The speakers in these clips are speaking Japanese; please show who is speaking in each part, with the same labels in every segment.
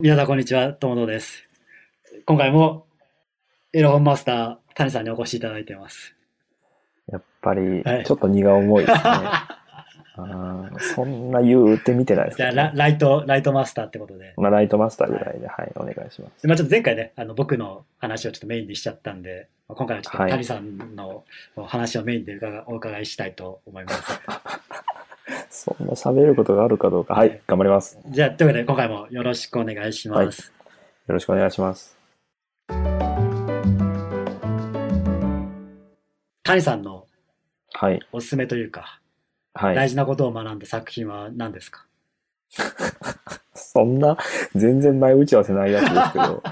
Speaker 1: 皆さん、こんにちは。ともとです。今回も、エロ本マスター、谷さんにお越しいただいて ます。
Speaker 2: やっぱり
Speaker 1: はい、
Speaker 2: ちょっと荷が重いで すね。
Speaker 1: じ
Speaker 2: あーそんな言うて見てないです
Speaker 1: ゃあ
Speaker 2: ね。
Speaker 1: ラ、ライト、ライトマスターってことで。
Speaker 2: まあ、ライトマスターぐらいで、はい、お願いします。
Speaker 1: でまあ、ちょっと前回ね、あの、僕の話をちょっとメインにしちゃったんで、まあ今回はちょっと
Speaker 2: はい
Speaker 1: 谷さんのお話をメインで伺お伺いしたいと思います。
Speaker 2: そんな喋ることがあるかどうか、は
Speaker 1: はい
Speaker 2: い、頑張ります。よ
Speaker 1: じゃあ、ということで、今回もよろしくお願いします。
Speaker 2: ろしくお願いします。
Speaker 1: 谷さんの
Speaker 2: はい、
Speaker 1: おすすめというか、
Speaker 2: は
Speaker 1: 大
Speaker 2: い。
Speaker 1: 事なことを学んだ作品は何ですか
Speaker 2: そんな、全然前打ち合わせないやつですけど。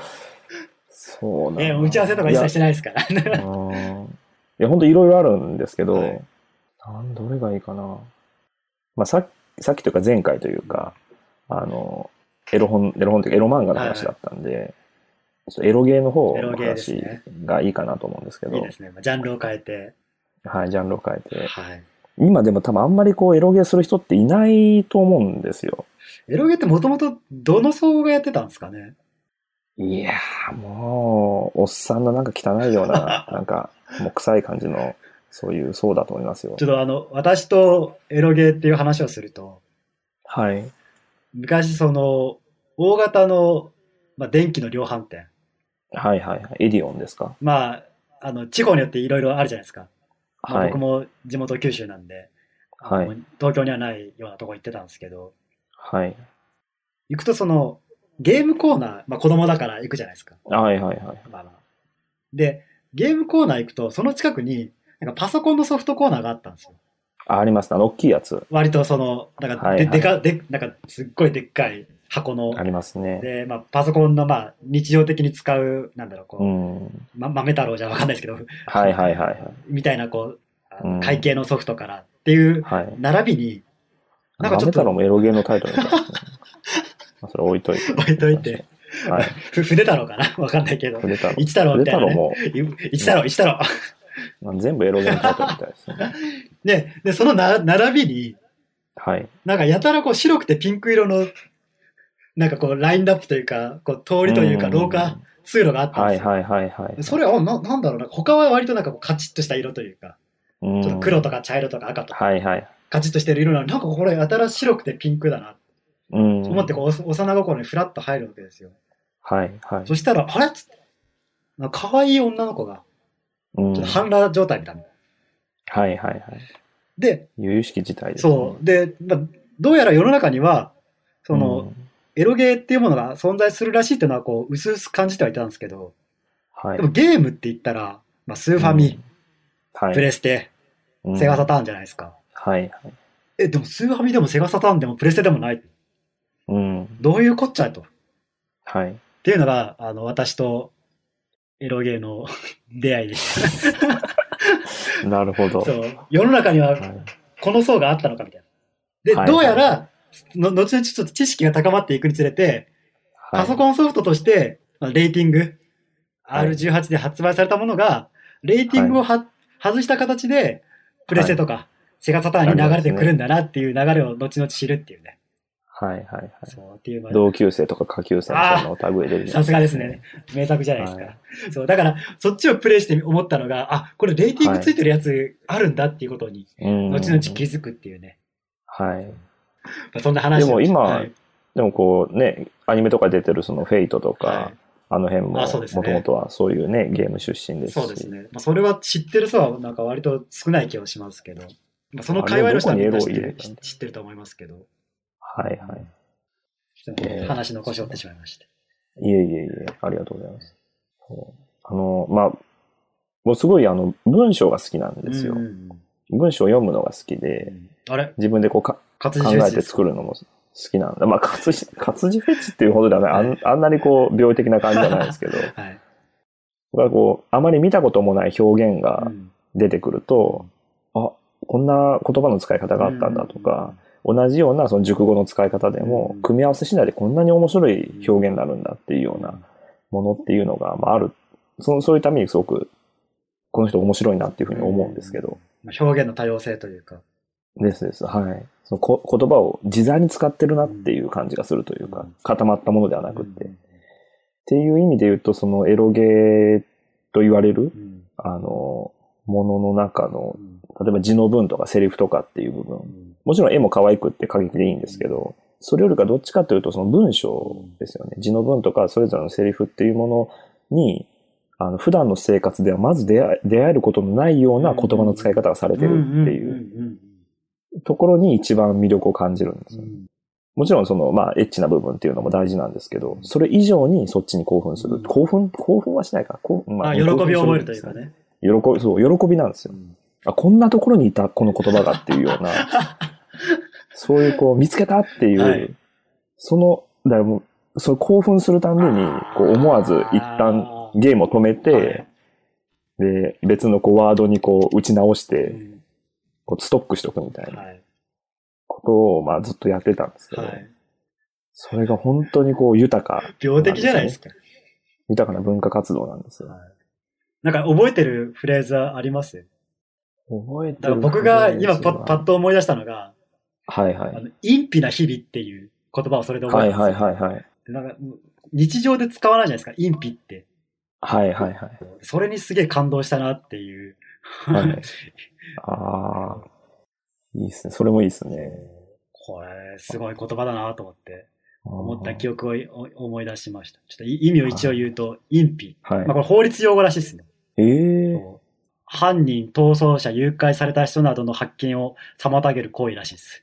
Speaker 2: そうなんだ
Speaker 1: え、打ち合わせとか一切してないですから。
Speaker 2: いや、うんいや、ほんと いろいろあるんですけど、
Speaker 1: はい
Speaker 2: なんどれがいいかな。まあ、さっき、さっきというか前回というか、あの、エロ本、エロ本というかエロ漫画の話だったんで、ちょっとエロゲーの方
Speaker 1: エロ
Speaker 2: の
Speaker 1: ゲーです
Speaker 2: 話
Speaker 1: ね
Speaker 2: がいいかなと思うんですけど、
Speaker 1: いいですね。まあジャンルを変えて。
Speaker 2: はい、ジャンルを変えて。
Speaker 1: はい。
Speaker 2: 今でも多分あんまりこうエロゲーする人っていないと思うんですよ。
Speaker 1: エロゲってもともとどの層がやってたんですかね
Speaker 2: いやー、もう、おっさんのなんか汚いよう な、なんか、もう臭い感じの、そういう、そうだと思いますよ
Speaker 1: ちょ。っとあの、私とエロゲーっていう話をすると、
Speaker 2: はい。
Speaker 1: 昔その、大型の、まあ、電気の量販店。
Speaker 2: はいはいはい。エディオンですか
Speaker 1: まあ、あの、地方によっていろいろあるじゃないですか。まあ
Speaker 2: はい
Speaker 1: 僕。も地元九州なんで、
Speaker 2: はい
Speaker 1: もう東京にはないようなとこ行ってたんですけど、
Speaker 2: はい。
Speaker 1: 行くとその、ゲームコーナー、まあ子供だから行くじゃないですか。
Speaker 2: はいはいはい。
Speaker 1: まあまあで、ゲームコーナー行くと、その近くに、なんかパソコンのソフトコーナーがあったんですよ。
Speaker 2: あ、ありますね。あの、大きいやつ。
Speaker 1: 割とその、なんか、
Speaker 2: はい
Speaker 1: で
Speaker 2: は
Speaker 1: で
Speaker 2: い
Speaker 1: か、で、なんか、すっごいでっかい箱の
Speaker 2: あ、りますね。
Speaker 1: で、まあ、パソコンの、まあ、日常的に使う、なんだろう、こう
Speaker 2: う、ん。
Speaker 1: ま、豆太郎じゃわかんないですけど、
Speaker 2: はいはいはい
Speaker 1: みたいな、こうあ
Speaker 2: う
Speaker 1: の、
Speaker 2: ん
Speaker 1: 会計のソフトからっていう、
Speaker 2: はい。はい。
Speaker 1: 並びに、なんかちょっと
Speaker 2: ダメ太郎もエロゲーのタイトルみたいな。 まあそれ置いといて。
Speaker 1: 置いといて。
Speaker 2: はい。
Speaker 1: ふ、筆太郎かな わかんないけど。
Speaker 2: 筆太郎。
Speaker 1: 一太郎
Speaker 2: 筆
Speaker 1: みたい
Speaker 2: 太
Speaker 1: な、
Speaker 2: 郎
Speaker 1: ね。
Speaker 2: も、
Speaker 1: 一太郎、一太郎。
Speaker 2: まあ全部エロゲーのタイトルみたいですね。
Speaker 1: で、で、そのな、並びに、
Speaker 2: はい。
Speaker 1: なんかやたらこう白くてピンク色の、なんかこうラインナップというか、こう通りというか
Speaker 2: ん
Speaker 1: 廊下、通路があったん
Speaker 2: は
Speaker 1: で
Speaker 2: い
Speaker 1: すよ。
Speaker 2: はいはいはい。
Speaker 1: それはな、なんだろうな、他は割となんかこうカチッとした色というか、
Speaker 2: うん、
Speaker 1: ちょっと黒とか茶色とか赤とか、
Speaker 2: はいはい。
Speaker 1: カチッとしてる色なのに、なんかこれやたら白くてピンクだな、
Speaker 2: うん。
Speaker 1: と思ってこうお幼心にフラッと入るわけですよ。
Speaker 2: はいはい。
Speaker 1: そしたら、あれっつって、なんか可愛い女の子が、
Speaker 2: うん
Speaker 1: ちょっと半裸状態みたいな。
Speaker 2: はいはいはい。
Speaker 1: で、
Speaker 2: 由々しき事態です、ね。
Speaker 1: そう。で、まあ、どうやら世の中には、その、
Speaker 2: うん
Speaker 1: エロゲーっていうものが存在するらしいっていうのはこう、薄々感じてはいたんですけど、
Speaker 2: はい。
Speaker 1: でもゲームって言ったら、まあ、スーファミ、
Speaker 2: はい、
Speaker 1: プレステ、
Speaker 2: うん
Speaker 1: セガサターンじゃないですか。
Speaker 2: はいはい。
Speaker 1: え、でもスーファミでもセガサターンでもプレステでもない。
Speaker 2: うん。
Speaker 1: どういうこっちゃいと。っ
Speaker 2: はい。
Speaker 1: ていうのが、あの、私とエロゲーの出会いでし
Speaker 2: なるほど。
Speaker 1: た。そう。世の中に
Speaker 2: は
Speaker 1: はいこの層があったのかみたいな。で、
Speaker 2: はい
Speaker 1: どうやら、の後々ちょっと知識が高まっていくにつれて、パソコンソフトとして、まあレーティング、
Speaker 2: はい
Speaker 1: R18 で発売されたものが、レーティングをは、外した形で、プレステとか、セガサターンに流れてくるんだなっていう流れを後々知るっていうね。
Speaker 2: はいはいはい。
Speaker 1: そうっていうまあ
Speaker 2: 同級生とか下級生のその類で出てきま
Speaker 1: さすがですね。。名作じゃないですか。
Speaker 2: は
Speaker 1: そう、だから、そっちをプレイして思ったのが、あ、これレーティングついてるやつあるんだっていうことに、
Speaker 2: うん。
Speaker 1: 後々気づくっていうね。
Speaker 2: はい。
Speaker 1: まあ、そんな話を
Speaker 2: でも今
Speaker 1: はい
Speaker 2: でもこうね、アニメとか出てるそのフェイトとか、
Speaker 1: はい
Speaker 2: あの辺も、
Speaker 1: あ
Speaker 2: も
Speaker 1: そう
Speaker 2: と
Speaker 1: ですね
Speaker 2: もとはそういうね、ゲーム出身ですし。
Speaker 1: そうですね。まあ、それは知ってる人は、なんか割と少ない気はしますけど、まあ、その
Speaker 2: あれ
Speaker 1: 界隈の人はみんな知って
Speaker 2: どこにエロを
Speaker 1: る
Speaker 2: 入れたの
Speaker 1: 知ってると思いますけど、
Speaker 2: はいはい。
Speaker 1: ちょっ
Speaker 2: え
Speaker 1: と
Speaker 2: ー
Speaker 1: 話の腰折ってしまいました。
Speaker 2: いえいえいえ、ありがとうございます。そうあの、まあ、もうすごいあの、文章が好きなんですよ。
Speaker 1: うんうん
Speaker 2: 文章を読むのが好き
Speaker 1: う
Speaker 2: で、
Speaker 1: んあれ
Speaker 2: 自分でこうか
Speaker 1: 活字
Speaker 2: 考
Speaker 1: 修
Speaker 2: え
Speaker 1: 士で
Speaker 2: て
Speaker 1: す
Speaker 2: 作るのも好きなんだ。まあ、活字、活字フェチっていうほどではない。あんあんなにこう、病的な感じじゃないですけ ど。
Speaker 1: はい。
Speaker 2: がこう、あまり見たこともない表現
Speaker 1: う
Speaker 2: が
Speaker 1: ん
Speaker 2: 出てくると、あ、こんな言葉の使い方があったんだとか、、同じようなその熟語の使い方でも
Speaker 1: うん、
Speaker 2: 組み合わせ次第でこんなに面白い表現になるんだっていうようなものっていうのが、まあ、ある。そのそういうためにすごく、この人面白いなっていうふうに思うんですけど。
Speaker 1: まあ表現の多様性というか、
Speaker 2: ですです。はい。そのこ言葉を自在に使ってるなっていう感じがするという
Speaker 3: う
Speaker 2: か
Speaker 3: ん、
Speaker 2: 固まったものではなく
Speaker 3: う
Speaker 2: って。っ
Speaker 3: ん
Speaker 2: ていう意味で言うと、そのエロゲーと言われる
Speaker 3: う、ん
Speaker 2: あの、ものの中の
Speaker 3: う、ん
Speaker 2: 例えば字の文とかセリフとかっていう部
Speaker 3: う
Speaker 2: 分、
Speaker 3: ん
Speaker 2: もちろん絵も可愛くって過激でいいんですけど、それよりかどっちかというとその文章ですよね。字の文とかそれぞれのセリフっていうものに、あの普段の生活ではまず出会え出会えることのないような言葉の使い方がされてるってい
Speaker 1: うんうん
Speaker 2: うところに一番魅力を感じるんですよね。もちろんその、まあ、エッチな部分っていうのも大事なんですけど、それ以上にそっちに興奮する。
Speaker 3: うん
Speaker 2: 興奮、興奮はしないか。こうま
Speaker 1: あ、喜びを覚えるというか。ね。
Speaker 2: 興奮するんですよ喜び、そう、喜びなんですよ。あ、こんなところにいた、この言葉がっていうよ うな、そういうこう、見つけたっていう、
Speaker 1: はい
Speaker 2: その、だからもう、それ興奮するたんびに、こう、思わず一旦
Speaker 1: あー
Speaker 2: ゲームを止めて、
Speaker 1: はい
Speaker 2: で、別のこう、ワードにこう、打ち直して、こう、ストックしとくみたいな
Speaker 1: はい。
Speaker 2: ことを、まあ、ずっとやってたんですけど、
Speaker 1: はい。
Speaker 2: それが本当にこう、豊か、
Speaker 1: 病的じゃないですか。
Speaker 2: 豊かな文化活動なんですよ。
Speaker 1: なんか覚えてるフレーズはあります
Speaker 2: 覚えて
Speaker 1: だから
Speaker 2: る
Speaker 1: 僕が今パッパッ
Speaker 2: ッ
Speaker 1: と思い出したのが、
Speaker 2: はいは
Speaker 1: あ
Speaker 2: い。
Speaker 1: の、陰秘な日々っていう言葉をそれで覚
Speaker 2: は
Speaker 1: え
Speaker 2: い
Speaker 1: たんですよ
Speaker 2: はいはいはい。
Speaker 1: でなんか日常で使わないじゃないですか、陰秘って。
Speaker 2: はいはいはい。
Speaker 1: それにすげえ感動したなっていう。
Speaker 2: はいああ、いいっすね。それもいいっすね。
Speaker 1: これ、すごい言葉だなと思って、思
Speaker 2: 思
Speaker 1: った記憶をいお思い出しました。ちょっとい意味を一応言うと、隠蔽。
Speaker 2: は
Speaker 1: ま
Speaker 2: い
Speaker 1: あ、こ。れ法律用語らしいですね。
Speaker 2: ええ
Speaker 1: こう犯人、逃走者、誘拐された人などの発見を妨げる行為らしいです。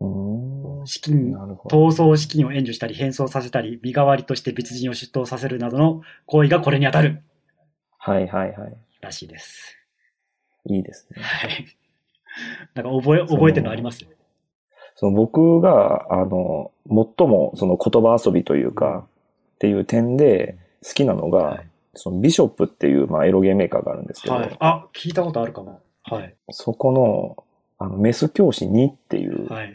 Speaker 2: うーん。
Speaker 1: 資金、
Speaker 2: なるほど。
Speaker 1: 逃走資金を援助したり、返送させたり、身代わりとして別人を出頭させるなどの行為がこれに当たる
Speaker 2: はいはいはい。
Speaker 1: らしいです。
Speaker 2: いいですね。
Speaker 1: はい。なんか覚え、覚えてるのあります
Speaker 2: その僕が、あの、最もその言葉遊びというか、っていう点で好きなのが、
Speaker 1: はい
Speaker 2: そのビショップっていう、まあ、エロゲーメーカーがあるんですけど、
Speaker 1: はい。あ、聞いたことあるかも。はい。
Speaker 2: そこの、あの、メス教師2っていう、
Speaker 1: はい。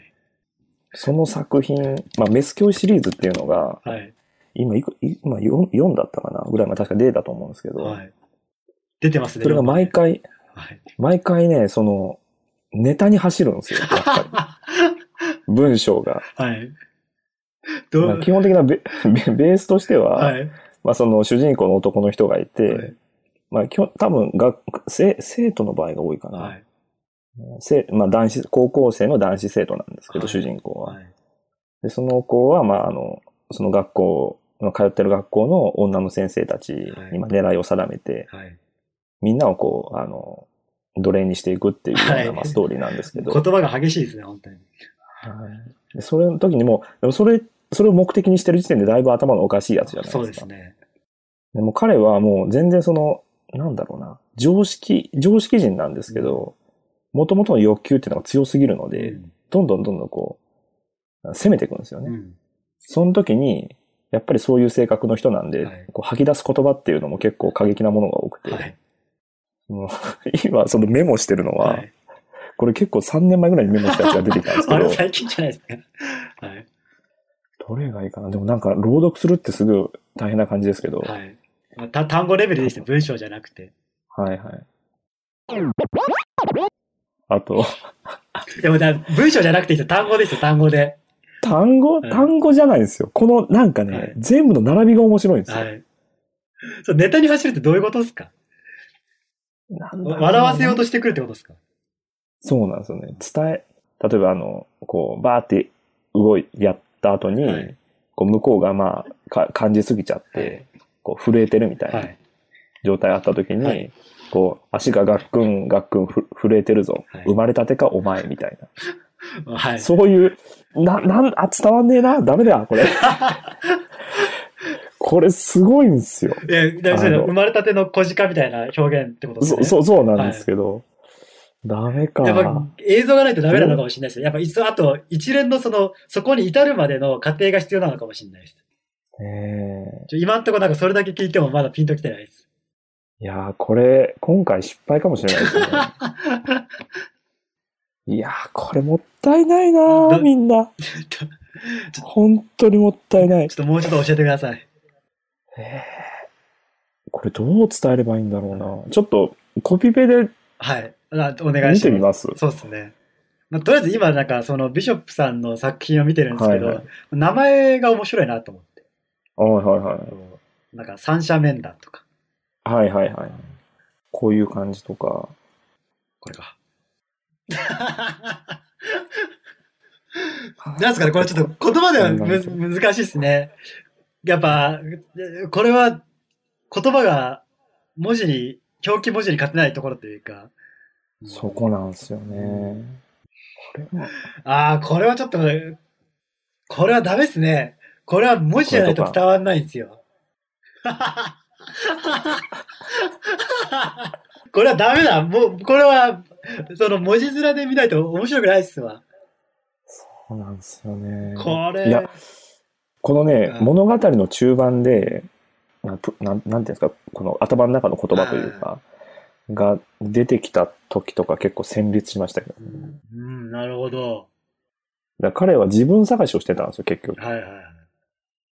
Speaker 2: その作品、まあ、メス教師シリーズっていうのが、
Speaker 1: はい。
Speaker 2: 今いく、い今 4, 4だったかなぐらいまで確か出たと思うんですけど、
Speaker 1: はい。出てますね。
Speaker 2: それが毎回、
Speaker 1: はい。
Speaker 2: 毎回ね、その、ネタに走るん ですよ、やっぱり。文章が。
Speaker 1: はい。ど
Speaker 2: まあ
Speaker 1: う
Speaker 2: 基本的なベベベースとしては、
Speaker 1: はい。
Speaker 2: まあその主人公の男の人がいて、
Speaker 1: はい
Speaker 2: まあ基本多分学生生徒の場合が多いかな。
Speaker 1: はい。
Speaker 2: せまあ男子、高校生の男子生徒なんですけど、
Speaker 1: はい
Speaker 2: 主人公は。
Speaker 1: はい。
Speaker 2: で、その子は、まあ、あの、その学校、通ってる学校の女の先生たち
Speaker 1: はい
Speaker 2: にまあ狙いを定めて、
Speaker 1: はい
Speaker 2: みんなをこう、あの、奴隷にしていくっていうような、
Speaker 1: はい
Speaker 2: まあ、ストーリーなんですけ ど、
Speaker 1: 言葉が激しいですね、本当に。
Speaker 2: はいでそれの時にもう、でもそれ、それを目的にしてる時点でだいぶ頭のおかしいやつじゃないですか。
Speaker 1: そうですね。
Speaker 2: でも彼はもう全然その、なんだろうな、常識、常識人なんですけど、元々の欲求っていうのが強すぎるので、どんどんどんどんこう、攻めていくんですよ
Speaker 1: う
Speaker 2: ね。
Speaker 1: ん。
Speaker 2: その時に、やっぱりそういう性格の人なんで、
Speaker 1: はい
Speaker 2: こう吐き出す言葉っていうのも結構過激なものが多くて、
Speaker 1: はい。
Speaker 2: もう 今そのメモしてるのは、
Speaker 1: はい
Speaker 2: これ結構3年前ぐらいにメモしたやつが出てきたんですけ
Speaker 1: あれ
Speaker 2: ど、
Speaker 1: 最近じゃないですか。はい。
Speaker 2: どれがいいかな。でもなんか朗読するってすぐ大変な感じですけど、はい、
Speaker 1: はい。まあた単語レベルでして文章じゃなくて。
Speaker 2: はいあと、
Speaker 1: でもだ文章じゃなくていいですよ。単語ですよ、単語で。
Speaker 2: 単語、
Speaker 1: はい
Speaker 2: 単語じゃないんですよ。このなんかね、
Speaker 1: はい
Speaker 2: 全部の並びが面白いんですよ。
Speaker 1: はい。そう、ネタに走るってどういうことですか
Speaker 2: なんだろうな
Speaker 1: 笑わせようとしてくるってことですか
Speaker 2: そうなんですよね。伝え、例えばあの、こう、バーって動い、やった後に、
Speaker 1: はい
Speaker 2: こう向こうがまあ、か感じすぎちゃって、
Speaker 1: はい
Speaker 2: こう震えてるみたい
Speaker 1: は。
Speaker 2: ない状態あった時に、
Speaker 1: はい
Speaker 2: こう、足がガックンガックンふ震えてるぞ、
Speaker 1: はい
Speaker 2: 生まれたてかお前みたいな。
Speaker 1: はい。
Speaker 2: そういう、な、なん、あ、伝わんねえな、ダメだ、こ れ。これすごいんですよ。
Speaker 1: え、だから
Speaker 2: あの
Speaker 1: 生まれたての小鹿みたいな表現ってことです
Speaker 2: そ
Speaker 1: ね。
Speaker 2: う、そう、そうなんですけど。ダメか。
Speaker 1: やっぱ映像がないとダメなのかもしれないですね。やっぱ一あと一連のその、そこに至るまでの過程が必要なのかもしれないです。
Speaker 2: ええ
Speaker 1: ちょ今んとこなんかそれだけ聞いてもまだピンときてないで す。
Speaker 2: いやー、これ、今回失敗かもしれないですね。いやー、これもったいないな
Speaker 1: だ
Speaker 2: ー、みんな。本当にもったいない
Speaker 1: ちょっ。ともうちょっと教えてください。
Speaker 2: これどう伝えればいいんだろうな。ちょっと、コピペで
Speaker 1: はい。あお願い
Speaker 2: 見
Speaker 1: して
Speaker 2: み
Speaker 1: ま
Speaker 2: ます。
Speaker 1: す。そうですね。まあ、とりあえず今なんかそのビショップさんの作品を見てるんですけど、
Speaker 2: はいはい
Speaker 1: 名前が面白いなと思って。
Speaker 2: はいはいはい。
Speaker 1: なんか三者面談とか、
Speaker 2: はいはいはい。こういう感じとか。
Speaker 1: これか。なんすかね、これちょっと言葉ではむ難しいですね。やっぱ、これは言葉が文字に、表記文字に勝てないところというか、
Speaker 2: そこなんですよね。これは、
Speaker 1: ああ、これはちょっと、これはダメですね。これは文字じゃないと伝わんないんですよ。これはダメだ。もう、これは、その文字面で見ないと面白くないっすわ。
Speaker 2: そうなんですよね。
Speaker 1: これ
Speaker 2: いや、このね、
Speaker 1: うん
Speaker 2: 物語の中盤で、なぷなんなんていうんですか、この頭の中の言葉というか、が出てきた時とか結構戦慄しましたけど。
Speaker 1: うん、なるほど。
Speaker 2: だから彼は自分探しをしてたんですよ、結局。
Speaker 1: はいはいはい。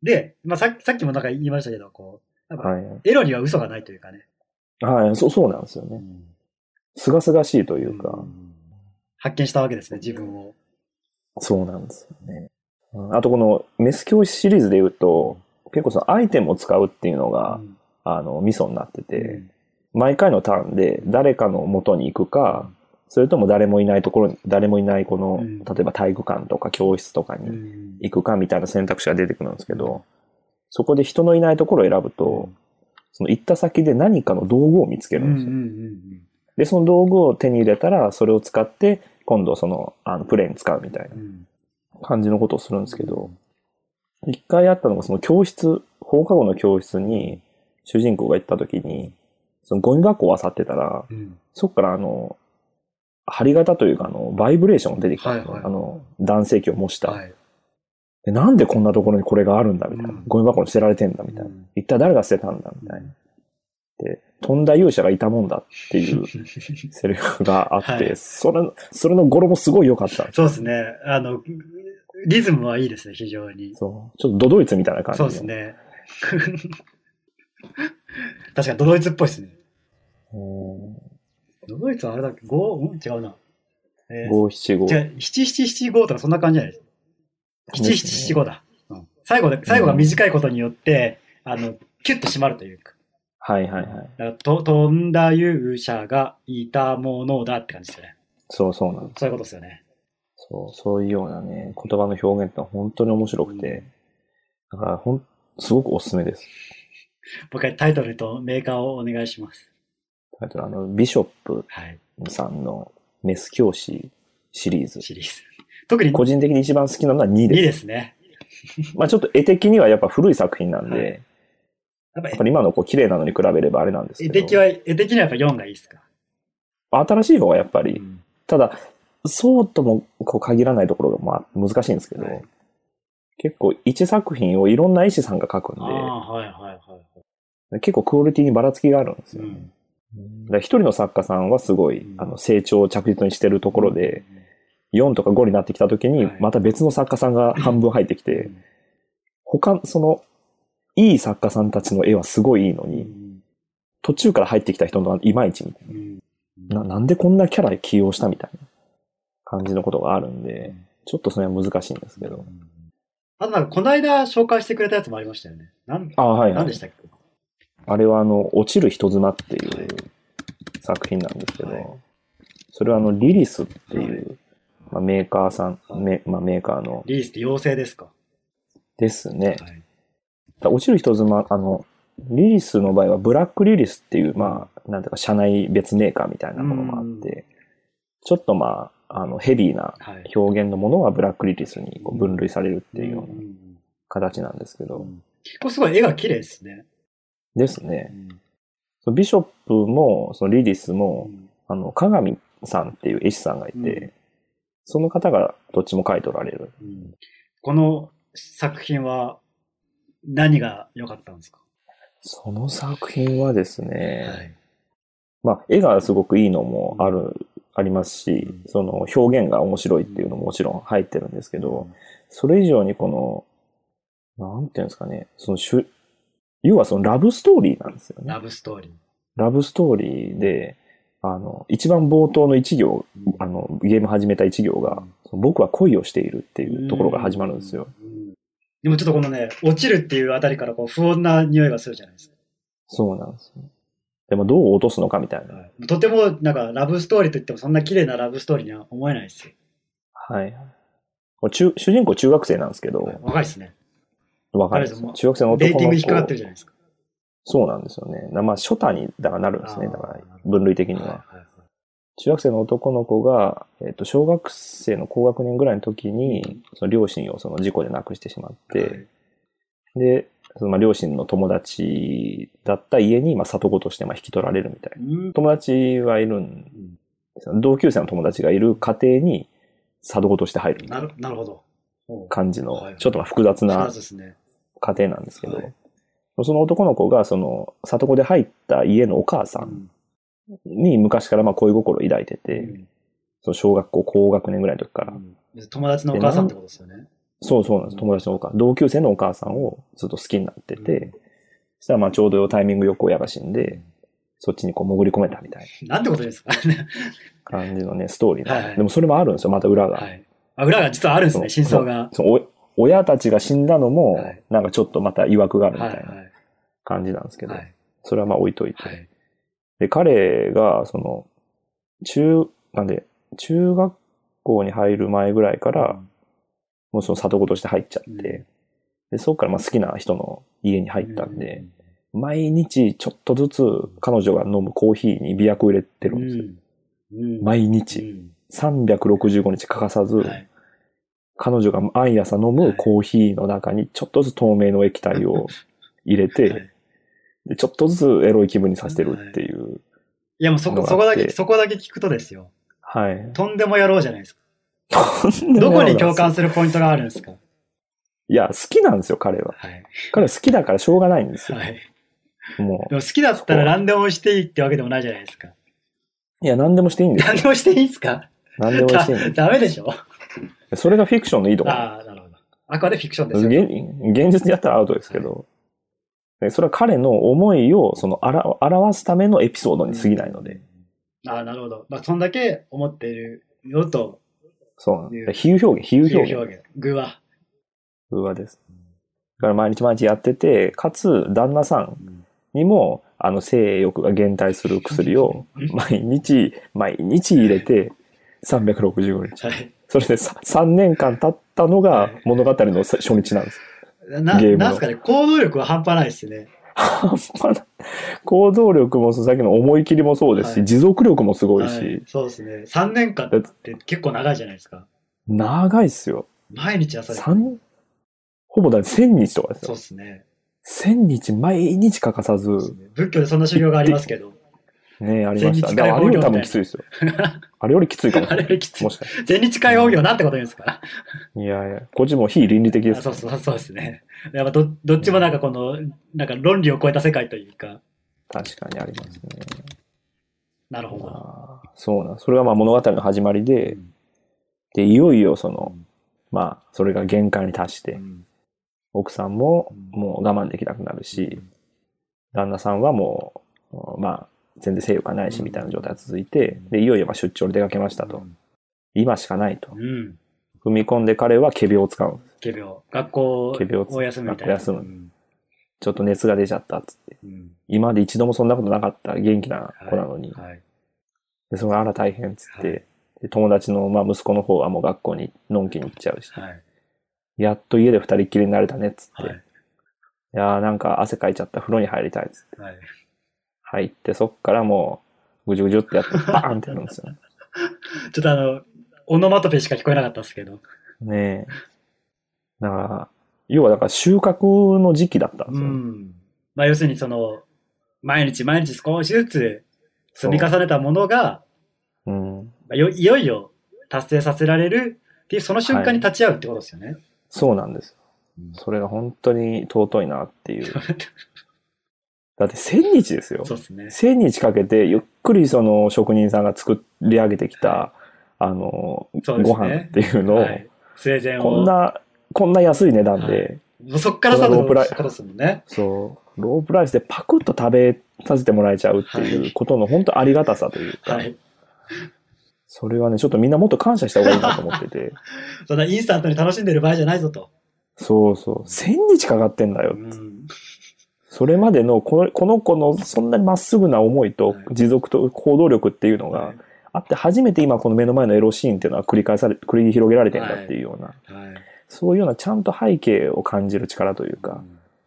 Speaker 1: で、まあ、さっきさっきもなんか言いましたけど、こ
Speaker 2: は
Speaker 1: う、エロには嘘がないというかね。
Speaker 2: い。はい、そうそうなんですよね。すがすがしいというか、
Speaker 1: 発見したわけですね、自分を。
Speaker 2: そうなんですよね。うんあとこのメス教師シリーズで言うと、結構そのアイテムを使うっていうのが、
Speaker 1: うん
Speaker 2: あの、ミソになってて、毎回のターンで誰かの元に行くか、それとも誰もいないところに、誰もいないこの、
Speaker 1: うん
Speaker 2: 例えば体育館とか教室とか
Speaker 1: う
Speaker 2: に
Speaker 1: ん
Speaker 2: 行くかみたいな選択肢が出てくるんですけど、そこで人のいないところを選ぶと、その行った先で何かの道具を見つけ
Speaker 1: うん
Speaker 2: る
Speaker 1: うんん
Speaker 2: ですよ。
Speaker 1: うん
Speaker 2: で、その道具を手に入れたら、それを使って、今度その、あの、プレイに使うみたい
Speaker 1: うんうん
Speaker 2: な感じのことをするんですけど、一回あったのが、その教室、放課後の教室に、主人公が行った時に、そのゴミ箱を漁ってたら、
Speaker 1: うん
Speaker 2: そっからあの、針型というか、あの、バイブレーションが出てきたんですよ、
Speaker 1: はいはい
Speaker 2: あの、男性器を模した、
Speaker 1: はい
Speaker 2: で。なんでこんなところにこれがあるんだみたいな。
Speaker 1: うん
Speaker 2: ゴミ箱に捨てられてんだみたい
Speaker 1: う
Speaker 2: な。
Speaker 1: ん
Speaker 2: 一体誰が捨てたんだみたいな。で、飛んだ勇者がいたもんだっていうセリフがあって、
Speaker 1: はい
Speaker 2: それ、それの語呂もすごい良かったんです
Speaker 1: そうですね。あの、リズムはいいですね、非常に。
Speaker 2: そう。ちょっとドドイツみたいな感じ
Speaker 1: そうです。ね。 確かにドドイツっぽいですね。
Speaker 2: うん
Speaker 1: ドドイツはあれだっけ ?5? うん違うな。えー
Speaker 2: 五七五。
Speaker 1: 違う、七七七五とかそんな感じじゃないです七七七五だ。うん最後で、最後が短いことによって、あの、キュッと締まるというか。
Speaker 2: はいはいはい。
Speaker 1: だからと飛んだ勇者がいたものだって感じですよね。
Speaker 2: そうそうなんです。
Speaker 1: そういうことですよね。
Speaker 2: そう、そういうようなね、言葉の表現ってのは本当に面白くて、だからほん、すごくおすすめです。
Speaker 1: もう一回タイトルとメーカーをお願いします。
Speaker 2: あとあの、ビショップ
Speaker 1: はい。
Speaker 2: さんのメス教師シリーズ。
Speaker 1: シリーズ。特に
Speaker 2: 個人的に一番好きなのは2
Speaker 1: 2
Speaker 2: です。
Speaker 1: ですね。
Speaker 2: まあちょっと絵的にはやっぱ古い作品なんで、
Speaker 1: はい
Speaker 2: や
Speaker 1: やっぱ
Speaker 2: っぱり今のこう綺麗なのに比べればあれなんですけ
Speaker 1: 絵
Speaker 2: ど。
Speaker 1: 的は、絵的にはやっぱ4がいいですか。
Speaker 2: 新しい方がやっぱり、
Speaker 1: うん
Speaker 2: ただ、そうともこう限らないところがまあ難しいんですけど、
Speaker 1: はい
Speaker 2: 結構一作品をいろんな絵師さんが描く
Speaker 1: あ
Speaker 2: ん
Speaker 1: あ、はいはいはい。
Speaker 2: で、結構クオリティにばらつきがあるんですよね。
Speaker 1: うん
Speaker 2: だから一人の作家さんはすごい、
Speaker 1: うん
Speaker 2: あの成長を着実にしてるところで、、4とか5になってきた時に
Speaker 1: はい、
Speaker 2: また別の作家さんが半分入ってきて、
Speaker 1: うん
Speaker 2: 他、その、いい作家さんたちの絵はすごいいいのに、途中から入ってきた人のはいまいちみたい
Speaker 1: うん
Speaker 2: な。ななんでこんなキャラ起用したみたいな感じのことがあるんで、ちょっとそれは難しいんですけど。
Speaker 1: あとなんか、この間紹介してくれたやつもありましたよね。なん、
Speaker 2: あ、はい、
Speaker 1: な
Speaker 2: は
Speaker 1: んで
Speaker 2: い
Speaker 1: し。たっけ
Speaker 2: あれはあの、落ちる人妻ってい
Speaker 1: はいう
Speaker 2: 作品なんですけど、
Speaker 1: はい
Speaker 2: それはあの、リリスっていう、まあ、メーカーさん、メまあ、メーカーの
Speaker 1: リリースって妖精ですか。
Speaker 2: ですね。
Speaker 1: はい
Speaker 2: 落ちる人妻、あの、リリスの場合はブラックリリスっていう、まあ、なんていうか、社内別メーカーみたいなものもあって、ちょっとまあ、あの、ヘビーな
Speaker 1: はい。
Speaker 2: 表現のものはブラックリリスにこう分類されるっていうよう
Speaker 1: う
Speaker 2: なん形なんですけど、
Speaker 1: 結構すごい絵が綺麗ですね。
Speaker 2: ですね。そのビショップも、そのリリスも、あの、鏡さんっていう絵師さんがいて、
Speaker 1: うん
Speaker 2: その方がどっちも書いておられる。
Speaker 1: うんこの作品は何が良かったんですか
Speaker 2: その作品はですね、
Speaker 1: はい
Speaker 2: まあ、絵がすごくいいのもある、ありますし
Speaker 1: うん、
Speaker 2: その表現が面白いっていうのももちろん入ってるんですけど、それ以上にこの、なんていうんですかね、その主、要はそのラブストーリーなんですよね
Speaker 1: ラ。ブストーリー。
Speaker 2: ラブストーリーで、あの、一番冒頭の一行、あの、ゲーム始めた一行が、僕は恋をしているっていうところが始まるんですよ。
Speaker 1: でもちょっとこのね、落ちるっていうあたりからこう不穏な匂いがするじゃないですか。
Speaker 2: そうなんですよ。でもどう落とすのかみたいな。
Speaker 1: とてもなんかラブストーリーといってもそんな綺麗なラブストーリーには思えないですよ。
Speaker 2: はい。これ中主人公中学生なんですけど、
Speaker 1: 若いですね。
Speaker 2: 若いです
Speaker 1: あれですもう
Speaker 2: 中学生の
Speaker 1: レー
Speaker 2: 男
Speaker 1: ティン
Speaker 2: の
Speaker 1: グ引っかかって
Speaker 2: 子
Speaker 1: る。じゃないですか。
Speaker 2: そうなんですよね。なまあ、初太にだからなるんですね。
Speaker 1: あー
Speaker 2: だから、分類的には。
Speaker 1: いはい
Speaker 2: 中学生の男の子が、えっ、と、小学生の高学年ぐらいの時に、その両親をその事故で亡くしてしまって、
Speaker 1: はい
Speaker 2: で、そのまあ両親の友達だった家に、まあ、里子としてまあ引き取られるみたいな。
Speaker 1: うん
Speaker 2: 友達はいるんですよ同級生の友達がいる家庭に、里子として入るみた
Speaker 1: ない
Speaker 2: な
Speaker 1: るなるほど。おう
Speaker 2: 感じの
Speaker 1: はい、
Speaker 2: ちょっとまあ複雑
Speaker 1: そう
Speaker 2: な
Speaker 1: ですね。
Speaker 2: 家庭なんですけど、
Speaker 1: はい
Speaker 2: その男の子が、その、里子で入った家のお母さんに昔からまあ恋心を抱いてて、
Speaker 1: うん
Speaker 2: その小学校高学年ぐらいの時から、
Speaker 1: うん友達のお母さんってことですよね。
Speaker 2: そうそうなんです。
Speaker 1: うん
Speaker 2: 友達のお母同級生のお母さんをずっと好きになってて、
Speaker 1: うん
Speaker 2: そしたらまあちょうどタイミングよく親が死んで、そっちにこう潜り込めたみたい
Speaker 1: なんてことですか
Speaker 2: な感じのね、ストーリーな、
Speaker 1: はい
Speaker 2: でもそれもあるんですよ、また裏が。
Speaker 1: はい。あ、裏が実はあるんですね、
Speaker 2: そ
Speaker 1: 真
Speaker 2: う
Speaker 1: 相が。
Speaker 2: そのお親たちが死んだのも、
Speaker 1: はい
Speaker 2: なんかちょっとまた疑惑があるみ
Speaker 1: はい
Speaker 2: たいな
Speaker 1: は
Speaker 2: 感じなんですけ
Speaker 1: い。
Speaker 2: ど、
Speaker 1: はい。
Speaker 2: それはまあ置いといて。
Speaker 1: はい。
Speaker 2: で、彼が、その、中、なんで、中学校に入る前ぐらいから、
Speaker 1: うん
Speaker 2: もうその里子として入っちゃって、
Speaker 1: うん
Speaker 2: で、そこからまあ好きな人の家に入ったんで、毎日ちょっとずつ彼女が飲むコーヒーに媚薬を入れて
Speaker 1: う
Speaker 2: るんですよ。
Speaker 1: ん。うん
Speaker 2: 毎日。
Speaker 1: うん
Speaker 2: 365日欠かさず、
Speaker 1: はい
Speaker 2: 彼女が毎朝飲むコーヒーの中にちょっとずつ透明の液体 を入れて、
Speaker 1: はい
Speaker 2: でちょっとずつエロい気分にさせてるっていう。
Speaker 1: いやもうそ
Speaker 2: の
Speaker 1: こ、
Speaker 2: があ
Speaker 1: そこだ
Speaker 2: って
Speaker 1: け、そこだけ聞くとですよ。
Speaker 2: はい。
Speaker 1: とんでもやろうじゃないですか。
Speaker 2: ど
Speaker 1: どこに共感するポイントがあるんですか
Speaker 2: いや、好きなんですよ、彼は。
Speaker 1: はい。
Speaker 2: 彼は好きだからしょうがないんですよ。
Speaker 1: はい。
Speaker 2: も
Speaker 1: でも好きだったら何でもしていいってわけでもないじゃないですか。
Speaker 2: う。いや、何でもしていい んですよ。
Speaker 1: 何でもしていいんすか
Speaker 2: 何でもしていいんで
Speaker 1: ダメでしょ
Speaker 2: す。それがフィクションのいいところ。
Speaker 1: ああ、なるほど。あくまでフィクションですよ。
Speaker 2: 現現実でやったらアウトですけど、でそれは彼の思いをそのあら表すためのエピソードに過ぎないので、
Speaker 1: ああ、なるほど。まあ、そんだけ思っているよと
Speaker 2: そうなんです。比喩表現、比
Speaker 1: いう
Speaker 2: 喩表
Speaker 1: 表
Speaker 2: 現。
Speaker 1: 現。具は。
Speaker 2: うわです。だから毎日毎日やってて、かつ旦那さんにも、あの性欲が減退する薬を
Speaker 1: うん
Speaker 2: 毎日、毎日入れて、365日。
Speaker 1: はい。
Speaker 2: それで 3, 年間経ったのが物語の初日なんです。
Speaker 1: な、
Speaker 2: ゲームの
Speaker 1: なんすかね、行動力は半端ないですね。
Speaker 2: 半端ない 行動力もそうさっきの思い切りもそうですし、
Speaker 1: はい
Speaker 2: 持続力もすごいし、
Speaker 1: はい、そうですね。3年間って結構長いじゃないですか。
Speaker 2: 長いっすよ。
Speaker 1: 毎日朝です
Speaker 2: 三ほぼだって1000日とかです
Speaker 1: そう
Speaker 2: よ
Speaker 1: で。すね。
Speaker 2: 1000日毎日欠かさず、
Speaker 1: 仏教でそんな修行がありますけど、
Speaker 2: ね、ありました。
Speaker 1: 千日
Speaker 2: だからあれより多
Speaker 1: 解放業みたいな
Speaker 2: 分きついですよ。あれよりきついかも し
Speaker 1: あ
Speaker 2: れ
Speaker 1: れ
Speaker 2: な
Speaker 1: よりきつい
Speaker 2: い。もしかして。
Speaker 1: 全日解放業なんてこと言うんですか
Speaker 2: いやいや、こっちも非倫理的で
Speaker 1: あ
Speaker 2: す
Speaker 1: そう。そうそうですね。やっぱどどっちもなんかこの、なんか論理を超えた世界というか、
Speaker 2: 確かにありますね。
Speaker 1: なるほど。
Speaker 2: まあそうなん。それがまあ物語の始まりで、
Speaker 1: うん
Speaker 2: で、いよいよその
Speaker 1: うん、
Speaker 2: まあ、それが限界に達して、
Speaker 1: うん
Speaker 2: 奥さんも
Speaker 1: うん
Speaker 2: もう我慢できなくなるし、旦那さんはもう、まあ、全然性欲がないしみたいな状態が続いて、で、いよいよまあ出張に出かけましたと。今しかないと
Speaker 1: う。ん。
Speaker 2: 踏み込んで彼は仮病を使う。
Speaker 1: 仮病。学校
Speaker 2: 仮病を使う
Speaker 1: を休むみたいな。
Speaker 2: 学校休む
Speaker 1: うん
Speaker 2: ちょっと熱が出ちゃったっつって。
Speaker 1: うん
Speaker 2: 今まで一度もそんなことなかった元気な子なのに。
Speaker 1: はい。
Speaker 2: で、そのあら大変っつって、
Speaker 1: はい
Speaker 2: で友達のまあ息子の方はもう学校にのんきに行っちゃうし、
Speaker 1: はい。
Speaker 2: やっと家で二人っきりになれたねっつって、
Speaker 1: はい
Speaker 2: い、やーなんか汗かいちゃった風呂に入りたいっつって、
Speaker 1: はい。
Speaker 2: 入ってそっからもうぐじゅぐじゅってやってバーンってやるんですよ。
Speaker 1: ちょっとあの、オノマトペしか聞こえなかったですけど。
Speaker 2: ねえ。だから、要はだから収穫の時期だったんです
Speaker 1: う
Speaker 2: よ。
Speaker 1: ん。まあ要するにその、毎日毎日少しずつ積み重ねたものが、
Speaker 2: うん。
Speaker 1: まあよいよいよ達成させられるっていう、その瞬間に立ち会うってことですよね。
Speaker 2: そうなんです
Speaker 1: うん。
Speaker 2: それが本当に尊いなっていう。 だって1000日ですよ。
Speaker 1: そうですね。
Speaker 2: 1000日かけてゆっくりその職人さんが作り上げてきた、あの、
Speaker 1: そうで
Speaker 2: ご
Speaker 1: す
Speaker 2: 飯っ
Speaker 1: ね。
Speaker 2: ていうのを、
Speaker 1: はい、生前を。
Speaker 2: こんな、こんな安い値段で
Speaker 1: もうそっからさ、
Speaker 2: ロープライ
Speaker 1: ことすもんね。
Speaker 2: そう、ロープライスでパクッと食べさせてもらえちゃうっていうことの本当ありがたさというか、
Speaker 1: はい。
Speaker 2: それはね、ちょっとみんなもっと感謝した方がいいなと思ってて、
Speaker 1: そんなインスタントに楽しんでる場合じゃないぞと。
Speaker 2: そうそう、1000日かかってんだ
Speaker 1: う
Speaker 2: よ。
Speaker 1: ん。
Speaker 2: それまでのこのこの子のそんなにまっすぐな思いと
Speaker 1: はい
Speaker 2: 持続と行動力っていうのが
Speaker 1: は
Speaker 2: あって、初めて今この目の前のエロシーンっていうのは繰り返され、繰り広げられてんだっていうような、
Speaker 1: い。はい。
Speaker 2: そういうようなちゃんと背景を感じる力というか、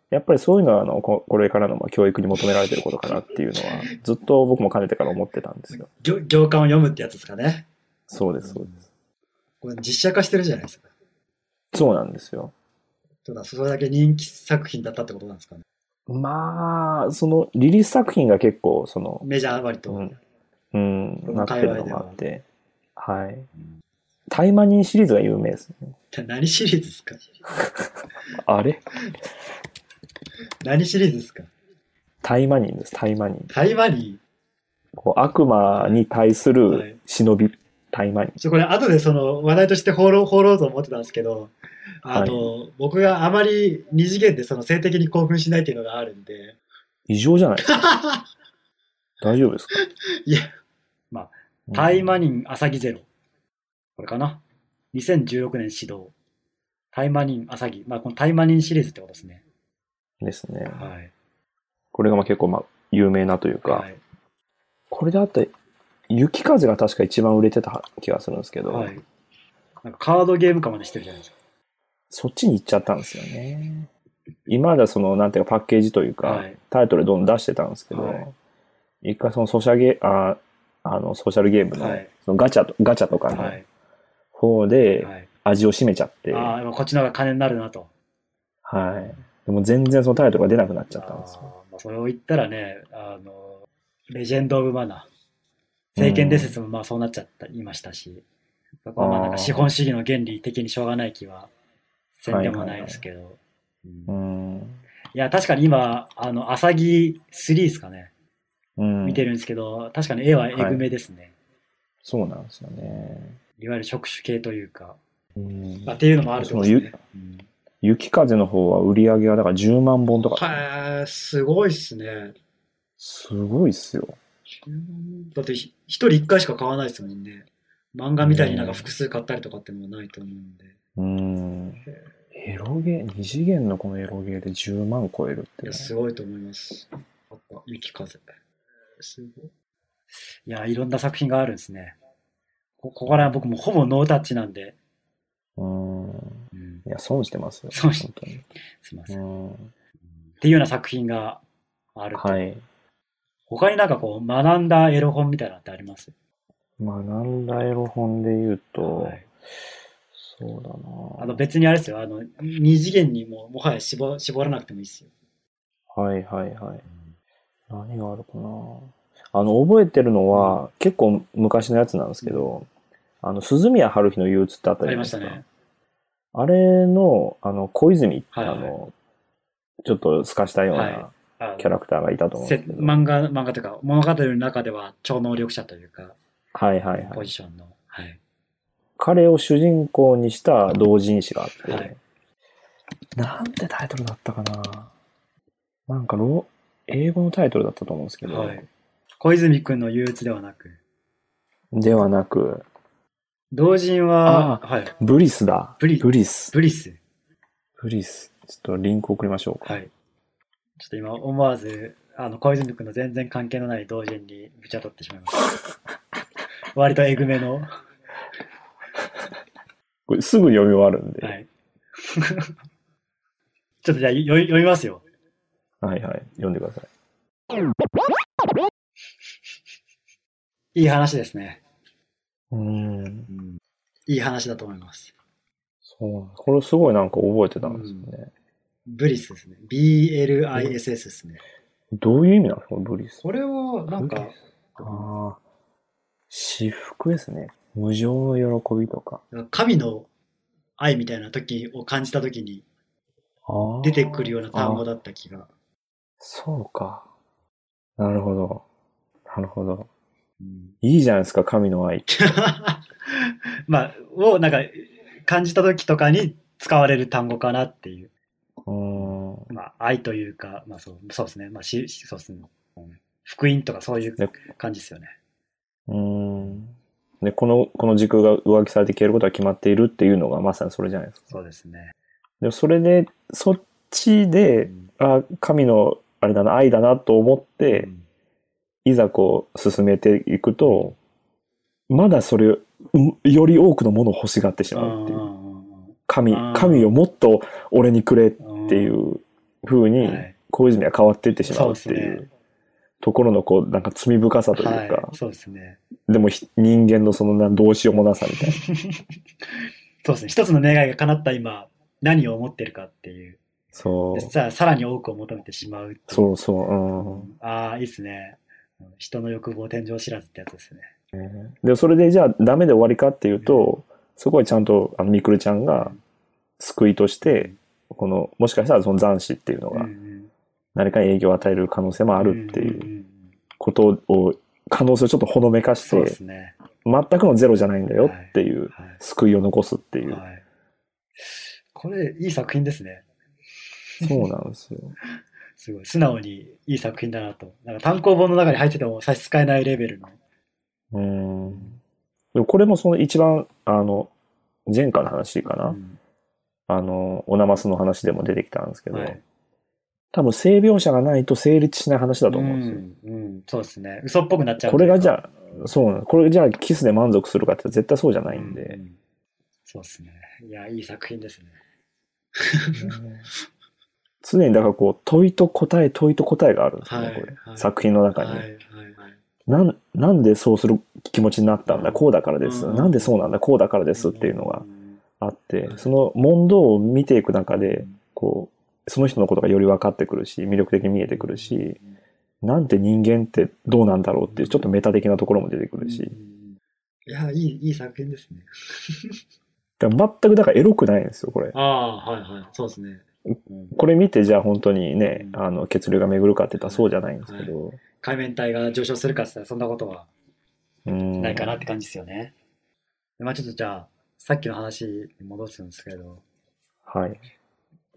Speaker 2: やっぱりそういうのはあのここれからのまあ教育に求められてることかなっていうのはずっと僕もかねてから思ってたんですよ。
Speaker 1: 行行間を読むってやつですかね。
Speaker 2: そうです、そうです。
Speaker 1: これ実写化してるじゃないですか。
Speaker 2: そうなんですよ。
Speaker 1: ってことはそれだけ人気作品だったってことなんですかね。
Speaker 2: まあ、そのリリース作品が結構その、
Speaker 1: メジャー割と。
Speaker 2: うん、うん、なってるのもあって、はい。タイマニーシリーズが有名ですね。
Speaker 1: 何シリーズですか
Speaker 2: あれ
Speaker 1: 何シリーズですか
Speaker 2: タイマニーです、タイマニー。
Speaker 1: 台湾に、
Speaker 2: こう悪魔に対す
Speaker 1: はい
Speaker 2: る忍び、タイマニー。
Speaker 1: ちょこれ後でその話題として放ろう放ろうと思ってたんですけど、あの、僕があまり二次元でその性的に興奮しないっていうのがあるんで、
Speaker 2: 異常じゃないですか 大丈夫ですか
Speaker 1: いや、まあ、タイマ
Speaker 2: ニ
Speaker 1: ニンアサギゼロ。これかな。2016年始動。タイマニンアサギ。まあ、このタイマニンシリーズってことですね。
Speaker 2: ー。ですね。
Speaker 1: はい。
Speaker 2: これがまあ結構まあ有名なというか、
Speaker 1: はい。
Speaker 2: これであった雪風が確か一番売れてた気がするんですけど、
Speaker 1: はい。なんかカードゲーム化までしてるじゃないです
Speaker 2: そっちに行っちゃったんですよね。今まではその、なんていうかパッケージというか、
Speaker 1: はい
Speaker 2: タイトルどんどん出してたんですけど、
Speaker 1: はい
Speaker 2: 一回そのソシャゲ、ああの、ソーシャルゲーム
Speaker 1: か。
Speaker 2: の、
Speaker 1: はい。
Speaker 2: そのガチャと、ガチャとか
Speaker 1: は
Speaker 2: の
Speaker 1: い。
Speaker 2: 方で
Speaker 1: はい。
Speaker 2: 味を占めちゃって、
Speaker 1: ああ、でもこっちの方が金になるなと。
Speaker 2: はい。でも全然そのタイトルが出なくなっちゃったんです
Speaker 1: あ
Speaker 2: よ。
Speaker 1: ーまあ、それを言ったらね、あの、レジェンド・オブ・マナー。政権伝説もまあそうなっちゃった、いましたし、そこはまあなんか資本主義の原理的にしょうがない気はせんでもないですけど。う
Speaker 2: う
Speaker 1: ん
Speaker 2: ん。
Speaker 1: いや、確かに今、あの、アサギ3ですかね、
Speaker 2: うん。
Speaker 1: 見てるんですけど、確かに絵はえぐめですね。
Speaker 2: そうなんですよね。
Speaker 1: い、わゆる触手系というか、
Speaker 2: うん
Speaker 1: まあ、っていうのもあるってことですね
Speaker 2: そ。
Speaker 1: うん
Speaker 2: 雪風の方は売り上げがだから10万本とか、
Speaker 1: はい、すごいっすね。
Speaker 2: すごいっすよ。
Speaker 1: だってひ一人一回しか買わないですもんね。漫画みたいになんか複数買ったりとかってもうないと思うんで。
Speaker 2: うん。エロゲー、二次元のこのエロゲーで10万超えるって
Speaker 1: い
Speaker 2: ね、
Speaker 1: や、すごいと思います。あった、雪風。すごい。いや、いろんな作品があるんですね。こここから僕もほぼノータッチなんで。
Speaker 2: うん。いや、損してますよ。
Speaker 1: 損し
Speaker 2: 本当に
Speaker 1: すいません。っ
Speaker 2: うん。
Speaker 1: ていうような作品があると。
Speaker 2: はい。
Speaker 1: 他になんかこう、学んだエロ本みたいなのってあります
Speaker 2: 学んだエロ本で言うと、
Speaker 1: はい
Speaker 2: そうだな
Speaker 1: あの別にあれですよ。あの、二次元にも、もはや絞絞らなくてもいいですよ。
Speaker 2: はいはいはい。何があるかなあの、覚えてるのは、結構昔のやつなんですけど、あの、鈴宮春日の憂鬱ってあった
Speaker 1: あ
Speaker 2: じ
Speaker 1: り
Speaker 2: ゃない
Speaker 1: ま
Speaker 2: で
Speaker 1: し
Speaker 2: す
Speaker 1: た
Speaker 2: か。
Speaker 1: ね。
Speaker 2: あれの、あの、小泉、
Speaker 1: はいはい
Speaker 2: あの、ちょっと透かしたよう
Speaker 1: はい
Speaker 2: な
Speaker 1: あ
Speaker 2: キャラクターがいたと思うん
Speaker 1: せ
Speaker 2: ですけど。
Speaker 1: 漫画、漫画というか、物語の中では超能力者というか、
Speaker 2: はいはいは
Speaker 1: ポ
Speaker 2: い
Speaker 1: ジ。ションの。はい。
Speaker 2: 彼を主人公にした同人誌があって、
Speaker 1: はい
Speaker 2: なんてタイトルだったかななんかロ、英語のタイトルだったと思うんですけど、
Speaker 1: はい。小泉君の憂鬱ではなく、
Speaker 2: ではなく、
Speaker 1: 同人は、はい。
Speaker 2: ブリスだ。
Speaker 1: ブリ
Speaker 2: ブリス。
Speaker 1: ブリス。
Speaker 2: ブリス。ちょっとリンク送りましょうか。
Speaker 1: はい。ちょっと今、思わず、あの、小泉君の全然関係のない同人にぶち当たってしまいま した。割とえぐめの。は
Speaker 2: これすぐ読み終わるんで。
Speaker 1: い。 ちょっとじゃあ、よ読みますよ。
Speaker 2: はいはい。読んでください。
Speaker 1: いい話ですね。
Speaker 2: うん。
Speaker 1: いい話だと思います。
Speaker 2: そうなんですこれすごいなんか覚えてたんですよね。
Speaker 1: ブリスですね。BLISS ですね。
Speaker 2: どういう意味なんですか、ブリス。
Speaker 1: これを、なんか、
Speaker 2: ああ。私服ですね。無常の喜びとか。
Speaker 1: 神の愛みたいな時を感じた時に
Speaker 2: ああ
Speaker 1: 出てくるような単語
Speaker 2: だ。
Speaker 1: だった気が。
Speaker 2: そうか。なるほど。なるほど。
Speaker 1: うん
Speaker 2: いいじゃないですか、神の愛って。
Speaker 1: まあ、をなんか感じた時とかに使われる単語かなっていう。
Speaker 2: ううん。
Speaker 1: まあ、愛というか、まあそう、そうですね。まあ、し、しそうですね。うん福音とかそういう感じですよね。
Speaker 2: うん。で、この、この時空が上書きされて消えることは決まっているっていうのがまさにそれじゃないですか。
Speaker 1: そうですね。
Speaker 2: でもそれで、そっち
Speaker 1: う
Speaker 2: で、
Speaker 1: ん
Speaker 2: あ、神の、あれだな、愛だなと思って、
Speaker 1: うん
Speaker 2: いざこう進めていくと、まだそれ、うより多くのものを欲しがってしまうっていう。神
Speaker 1: うん、
Speaker 2: 神をもっと俺にくれっ
Speaker 1: うん
Speaker 2: ていう風に、
Speaker 1: はい
Speaker 2: 小泉は変わっていってしまうって
Speaker 1: そう
Speaker 2: い
Speaker 1: です
Speaker 2: うところのこう、なんか罪深さというか、
Speaker 1: はい、そうですね。
Speaker 2: でもひ人間のそのなどうしようもなさみたいな。
Speaker 1: そうですね。一つの願いが叶った今、何を思ってるかっていう。
Speaker 2: そ
Speaker 1: で
Speaker 2: う。
Speaker 1: ささらに多くを求めてしまうってい
Speaker 2: そうそう。
Speaker 1: う
Speaker 2: うん。
Speaker 1: ああ、いいですね。うん人の欲望天井知らずってやつですね。
Speaker 2: で、それでじゃあダメで終わりかっていうと、そこはちゃんと、あの、みくるちゃんが救いとして、この、もしかしたらその残死っていうの
Speaker 1: うんう
Speaker 2: が、
Speaker 1: ん
Speaker 2: 誰かに影響を与える可能性もあるってい
Speaker 1: ん
Speaker 2: うん
Speaker 1: ん
Speaker 2: ことを、可能性をちょっとほのめかし
Speaker 1: そうで
Speaker 2: て
Speaker 1: す、ね。
Speaker 2: 全くのゼロじゃないんだよっていう、
Speaker 1: は
Speaker 2: 救いを残すってい
Speaker 1: い。
Speaker 2: う。
Speaker 1: はい、これ、いい作品ですね。
Speaker 2: そうなんですよ。
Speaker 1: すごい。素直にいい作品だなと。なんか単行本の中に入ってても差し支えないレベルの。
Speaker 2: うん。でもこれもその一番、あの、前回の話かな。
Speaker 1: うん
Speaker 2: あの、オナマスの話でも出てきたんですけど、
Speaker 1: はい
Speaker 2: 多分性描写がないと成立しない話だと思うんですよ。
Speaker 1: うんうんそうですね。嘘っぽくなっちゃう
Speaker 2: これがじゃ
Speaker 1: あ、
Speaker 2: あ、そうなの。これじゃあキスで満足するかって絶対そうじゃないん
Speaker 1: う
Speaker 2: で。
Speaker 1: んそうですね。いや、いい作品ですね。
Speaker 2: 常にだからこう、問いと答え、問いと答えがあるんですよね、
Speaker 1: はい
Speaker 2: これ
Speaker 1: はい
Speaker 2: 作品の中に、
Speaker 1: はいはいはい。
Speaker 2: なん。なんでそうする気持ちになったんだ、こうだからです、
Speaker 1: うん
Speaker 2: なんでそうなんだ、こうだからですっていうのがあって、その問答を見ていく中で、こう、その人のことがより分かってくるし、魅力的に見えてくるし、なんて人間ってどうなんだろうっていう、ちょっとメタ的なところも出てく
Speaker 1: うん、
Speaker 2: るし、
Speaker 1: いや、いい、いい作品ですね。
Speaker 2: だから全くだからエロくないんですよ、これ。
Speaker 1: ああ、はいはい。そうですね。うん
Speaker 2: これ見て、じゃあ本当にね、
Speaker 1: うん
Speaker 2: あの、血流が巡るかって言ったらそうじゃないんですけど、
Speaker 1: 海面体が上昇するかって言ったらそんなことは
Speaker 2: うん。
Speaker 1: ないかなって感じですよね。まあちょっとじゃあ、さっきの話に戻すんですけど、
Speaker 2: はい。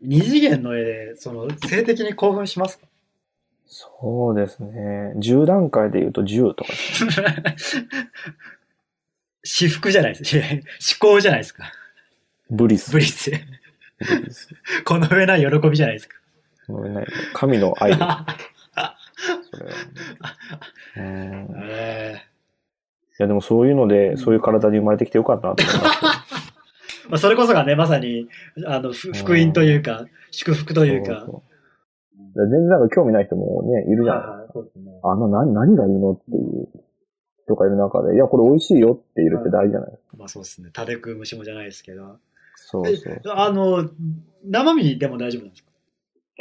Speaker 1: 二次元の絵で、その、性的に興奮しますか
Speaker 2: そうですね。10段階で言うと10とかです
Speaker 1: 私服じゃないです。いや思考じゃないですか。
Speaker 2: ブリス。
Speaker 1: ブリス。
Speaker 2: ブリス。
Speaker 1: この上ない喜びじゃないですか。
Speaker 2: ごめんない神の 愛。
Speaker 1: あ
Speaker 2: それはうん。い
Speaker 1: え
Speaker 2: や、でもそういうので、そういう体に生まれてきてよかったなと思います。
Speaker 1: ーまあ、それこそがね、まさに、あの、ふ福音というか、祝福というか
Speaker 2: そ。うそう全然なんか興味ない人もね、いるじゃないですか
Speaker 1: はいはいそうですね
Speaker 2: あの、な、何がいいのっていう人がいる中で、いや、これ美味しいよって言えるって大事じゃない
Speaker 1: まあそうですね。食べ食う虫もじゃないですけど。
Speaker 2: そうそうそう。
Speaker 1: あの、生身でも大丈夫なんですか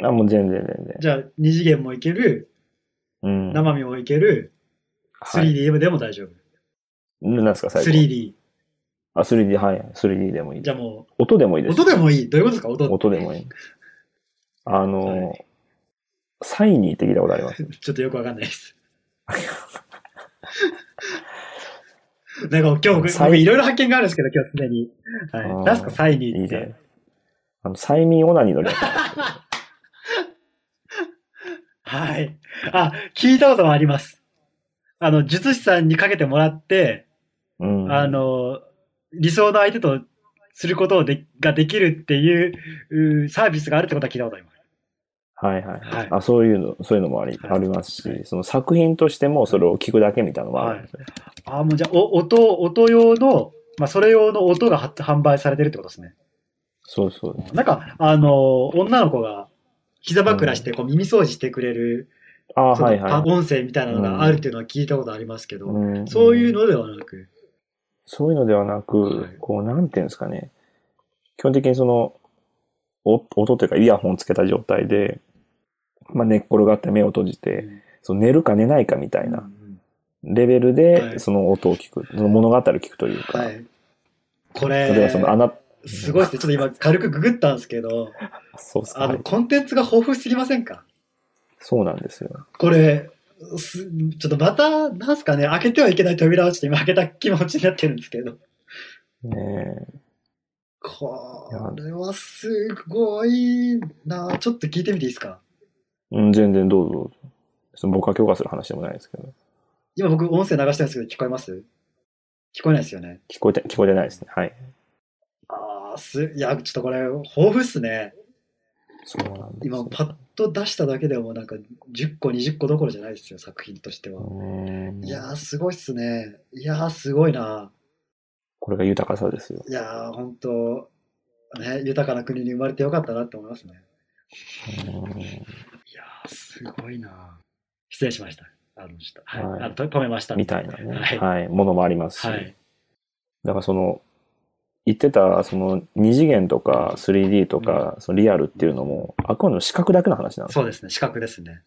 Speaker 2: あ、もう全然全然。
Speaker 1: じゃあ、二次元もいける、
Speaker 2: うん。
Speaker 1: 生身もいける、
Speaker 2: はい。
Speaker 1: 3D でも大丈夫。
Speaker 2: 何ですか、最後。。
Speaker 1: 3D。
Speaker 2: あ、3D、はい。3D でもいい
Speaker 1: じ。ゃあも、
Speaker 2: 音でもいいうです。
Speaker 1: 音でもいい。どういうことですか音
Speaker 2: 音でもいい。あのー、
Speaker 1: は
Speaker 2: サイニーって聞いたことあります。
Speaker 1: ちょっとよくわかんないです。なんか今日、
Speaker 2: サイ
Speaker 1: いろいろ発見があるんですけど、今日すでに。
Speaker 2: あ
Speaker 1: は
Speaker 2: ー
Speaker 1: い。出すか、サイニ
Speaker 2: い
Speaker 1: ー
Speaker 2: い
Speaker 1: っ
Speaker 2: じゃない
Speaker 1: て。。
Speaker 2: あの、催眠オナニーの略。
Speaker 1: はい。あ、聞いたこともあります。あの、術師さんにかけてもらって、
Speaker 2: うん。
Speaker 1: あ、の、理想の相手とすることをでができるっていううーサービスがあるってことは聞いたことあります。
Speaker 2: はいはい。
Speaker 1: はい
Speaker 2: あ、そういうの、そういうのもあり、
Speaker 1: はい
Speaker 2: ありますし、
Speaker 1: はい
Speaker 2: その作品としてもそれを聞くだけみたいなのもあるんですよ。
Speaker 1: ああ、もうじゃあ、お音、音用の、まあ、それ用の音がは販売されてるってことですね。
Speaker 2: そうそう。
Speaker 1: なんか、あの、女の子が膝枕してこう耳掃除してくれる、
Speaker 2: あ、
Speaker 1: その
Speaker 2: はいはい。
Speaker 1: パ音声みたいなのがあるっていうのは聞いたことありますけど、
Speaker 2: うん
Speaker 1: そういうのではなく、
Speaker 2: そういうのではなく、
Speaker 1: はい
Speaker 2: こう、なんていうんですかね。基本的にその、お音というかイヤホンつけた状態で、まあ、寝っ転がって目を閉じて、その寝るか寝ないかみたいなレベルで、
Speaker 1: はい
Speaker 2: その音を聞く、その物語を聞くというか、
Speaker 1: はい。こ
Speaker 2: 例えばその
Speaker 1: れ、
Speaker 2: 穴、
Speaker 1: すごいですね。ちょっと今軽くググったんですけど、
Speaker 2: そうっす
Speaker 1: あ
Speaker 2: は
Speaker 1: の、
Speaker 2: い
Speaker 1: コンテンツが豊富すぎませんか
Speaker 2: そうなんですよ。
Speaker 1: これ、すちょっとまた、なんすかね、開けてはいけない扉をちょっと今開けた気持ちになってるんですけど、
Speaker 2: ねえ
Speaker 1: これはすごいなちょっと聞いてみていいですか
Speaker 2: うん、全然どうぞどうぞ。その僕が許可する話でもないですけど。
Speaker 1: 今僕音声流してるんですけど聞こえます聞こえないですよね。
Speaker 2: 聞こえて、聞こえてないですね。はい。
Speaker 1: ああ、す、いや、ちょっとこれ、豊富っすね。
Speaker 2: そうなんです
Speaker 1: 今、
Speaker 2: よ、
Speaker 1: パッと出しただけでも、なんか、10個、20個どころじゃないですよ、作品としては。
Speaker 2: うん
Speaker 1: いやー、すごいっすね。いやー、すごいな。
Speaker 2: これが豊かさですよ。
Speaker 1: いやー、本当ね、豊かな国に生まれてよかったなって思いますね。いやー、すごいな。失礼しました。あの、ちょっと、はい、
Speaker 2: はい
Speaker 1: あのと止めました。
Speaker 2: みたいなね、
Speaker 1: はい
Speaker 2: はい、ものもありますし。
Speaker 1: はい。
Speaker 2: だからその、言ってた、その、二次元とか 3D とか、そのリアルっていうのも、あくまでも視覚だけの話なんです
Speaker 1: そ
Speaker 2: よ
Speaker 1: うですね、視覚ですね。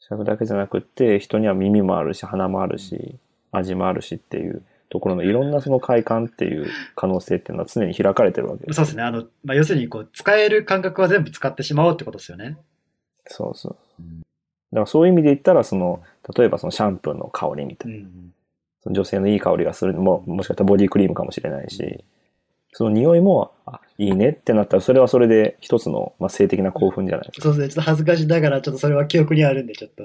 Speaker 2: 視覚だけじゃなくって、人には耳もあるし、鼻もあるし、味もあるしっていうところのいろんなその快感っていう可能性っていうのは常に開かれてるわけです。
Speaker 1: そうですね、あの、まあ、要するに、こう、使える感覚は全部使ってしまおうってことですよね。
Speaker 2: そうそう。だからそういう意味で言ったら、その、例えばそのシャンプーの香りみた
Speaker 1: う
Speaker 2: いな。
Speaker 1: ん。
Speaker 2: その女性のいい香りがするのも、もしかしたらボディクリームかもしれないし、その匂いも、あ、いいねってなったら、それはそれで一つの、まあ、性的な興奮じゃないですか。
Speaker 1: そうですね、ちょっと恥ずかしながら、ちょっとそれは記憶にあるんで、ちょっと、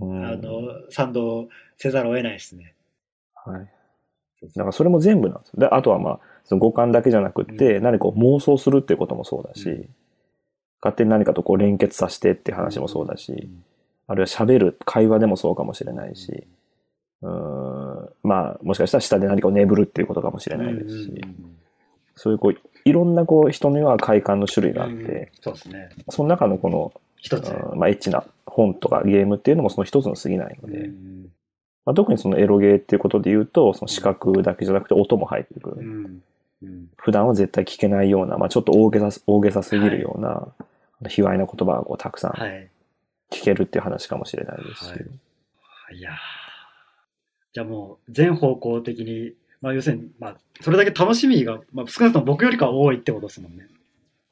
Speaker 2: うん
Speaker 1: あの、賛同せざるを得ないですね。
Speaker 2: はい。だからそれも全部なんですよ。で、あとはまあ、その五感だけじゃなくって、何かを妄想するっていうこともそうだし、
Speaker 1: う
Speaker 2: 勝手に何かとこう連結させてって話もそうだし、あるいは喋る会話でもそうかもしれないし、うーん、まあ、もしかしたら下で何かを眠るっていうことかもしれないですし、そういうこう、いろんなこう、人には快感の種類があって、
Speaker 1: そうですね。
Speaker 2: その中のこの、
Speaker 1: 一つ。
Speaker 2: うんまあ、エッチな本とかゲームっていうのもその一つの過ぎないので、
Speaker 1: うん
Speaker 2: まあ、特にそのエロゲーっていうことで言うと、その視覚だけじゃなくて音も入ってくる。
Speaker 1: うんうん
Speaker 2: 普段は絶対聞けないような、まあ、ちょっと大げさ、大げさすぎるような、卑猥な言葉がこうたくさん
Speaker 1: はい。
Speaker 2: 聞けるっていう話かもしれないですし。
Speaker 1: はいいやーじゃあもう、全方向的に、まあ、要するに、まあ、それだけ楽しみが、まあ、少なくとも僕よりかは多いってことですもんね。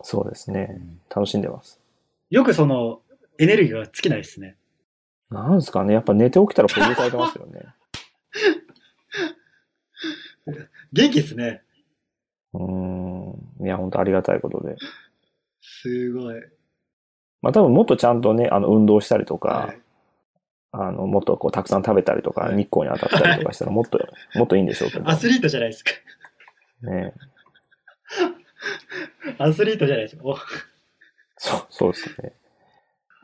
Speaker 2: そうですね。楽しんでます。
Speaker 1: よくその、エネルギーが尽きないですね。
Speaker 2: なんですかね。やっぱ寝て起きた ら補充されてますよね。
Speaker 1: 元気ですね。
Speaker 2: うーん。いや、本当ありがたいことで。
Speaker 1: すごい。
Speaker 2: まあ多分もっとちゃんとね、あの、運動したりとか、
Speaker 1: はい
Speaker 2: あの、もっとこう、たくさん食べたりとか、
Speaker 1: はい
Speaker 2: 日光に当たったりとかしたら、も っと、もっといいんでしょうけど。
Speaker 1: アスリートじゃないですか。
Speaker 2: ね。
Speaker 1: アスリートじゃないですか。お
Speaker 2: そう、そうですね。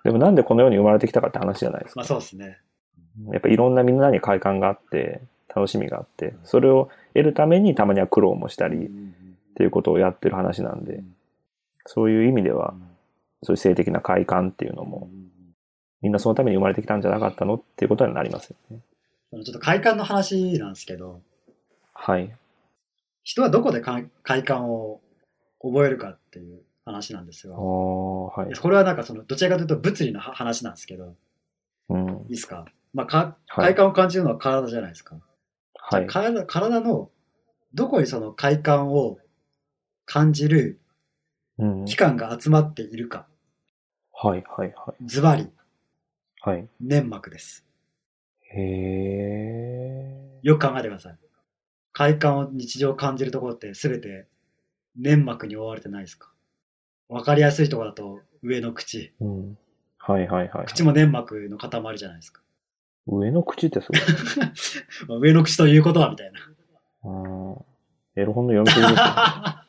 Speaker 2: でもなんでこの世に生まれてきたかって話じゃないですか
Speaker 1: まあ、。そうですね。
Speaker 2: やっぱいろんなみんなに快感があって、楽しみがあって、それを得るためにたまには苦労もしたりっていうことをやってる話なんで、そういう意味では、そういう性的な快感っていうのも、みんなそのために生まれてきたんじゃなかったのっていうことになりますよね。
Speaker 1: あのちょっと快感の話なんですけど、
Speaker 2: はい。
Speaker 1: 人はどこでか快感を覚えるかっていう話なんですが、
Speaker 2: ああ、はい。
Speaker 1: これはなんかその、どちらかというと物理のは話なんですけど、
Speaker 2: うん
Speaker 1: い。いですかまあ、か
Speaker 2: は
Speaker 1: 快
Speaker 2: い
Speaker 1: 感を感じるのは体じゃないですか。
Speaker 2: はい。
Speaker 1: 体体の、どこにその快感を感じる
Speaker 2: うん。
Speaker 1: 器官が集まっているか、
Speaker 2: はい、はい、は
Speaker 1: ズバリ、
Speaker 2: い。はい。
Speaker 1: 粘膜です。
Speaker 2: へえ。
Speaker 1: よく考えてください。快感を日常感じるところって全て粘膜に覆われてないですかわかりやすいところだと上の口。
Speaker 2: うん。はい、はい、はい。
Speaker 1: 口も粘膜の塊じゃないですか。
Speaker 2: 上の口ってす ごい。
Speaker 1: まあ上の口ということはみたい
Speaker 2: うん。エロ本の読み切りですね。
Speaker 1: な。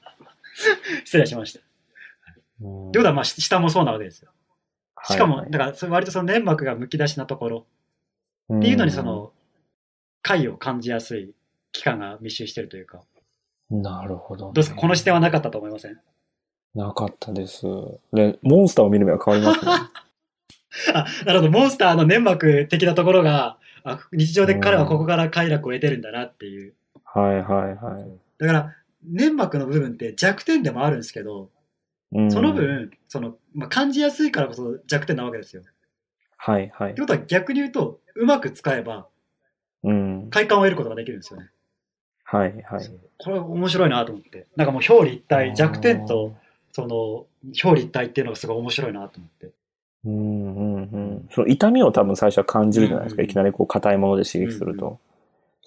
Speaker 1: 失礼しました。って
Speaker 2: うん
Speaker 1: ことは、まあ、し下もそうなわけですよ。しかも、
Speaker 2: はいはい
Speaker 1: だから、それ割とその粘膜がむき出しなところっていうのに、そ、の、快を感じやすい器官が密集してるというか、
Speaker 2: うんなるほどね、
Speaker 1: どうですかこの視点はなかったと思いません
Speaker 2: なかったです。で、モンスターを見る目が変わりますね。
Speaker 1: あ、なるほど。モンスターの粘膜的なところが、あ日常で彼はここから快楽を得てるんだなっていう。
Speaker 2: はいはいはい。
Speaker 1: だから、粘膜の部分って弱点でもあるんですけど、
Speaker 2: うん
Speaker 1: その。分、その、まあ、感じやすいからこそ弱点なわけですよ。っ
Speaker 2: はいはい
Speaker 1: て。ことは逆に言うと、うまく使えば
Speaker 2: うん。
Speaker 1: 快感を得ることができるんですよね。
Speaker 2: はいはい。
Speaker 1: これ面白いなと思って。なんかもう表裏一体、弱点と、その、表裏一体っていうのがすごい面白いなと思って。
Speaker 2: うんうんうん。その痛みを多分最初は感じるじゃないですか。
Speaker 1: うん
Speaker 2: いきなりこう硬いもので刺激すると。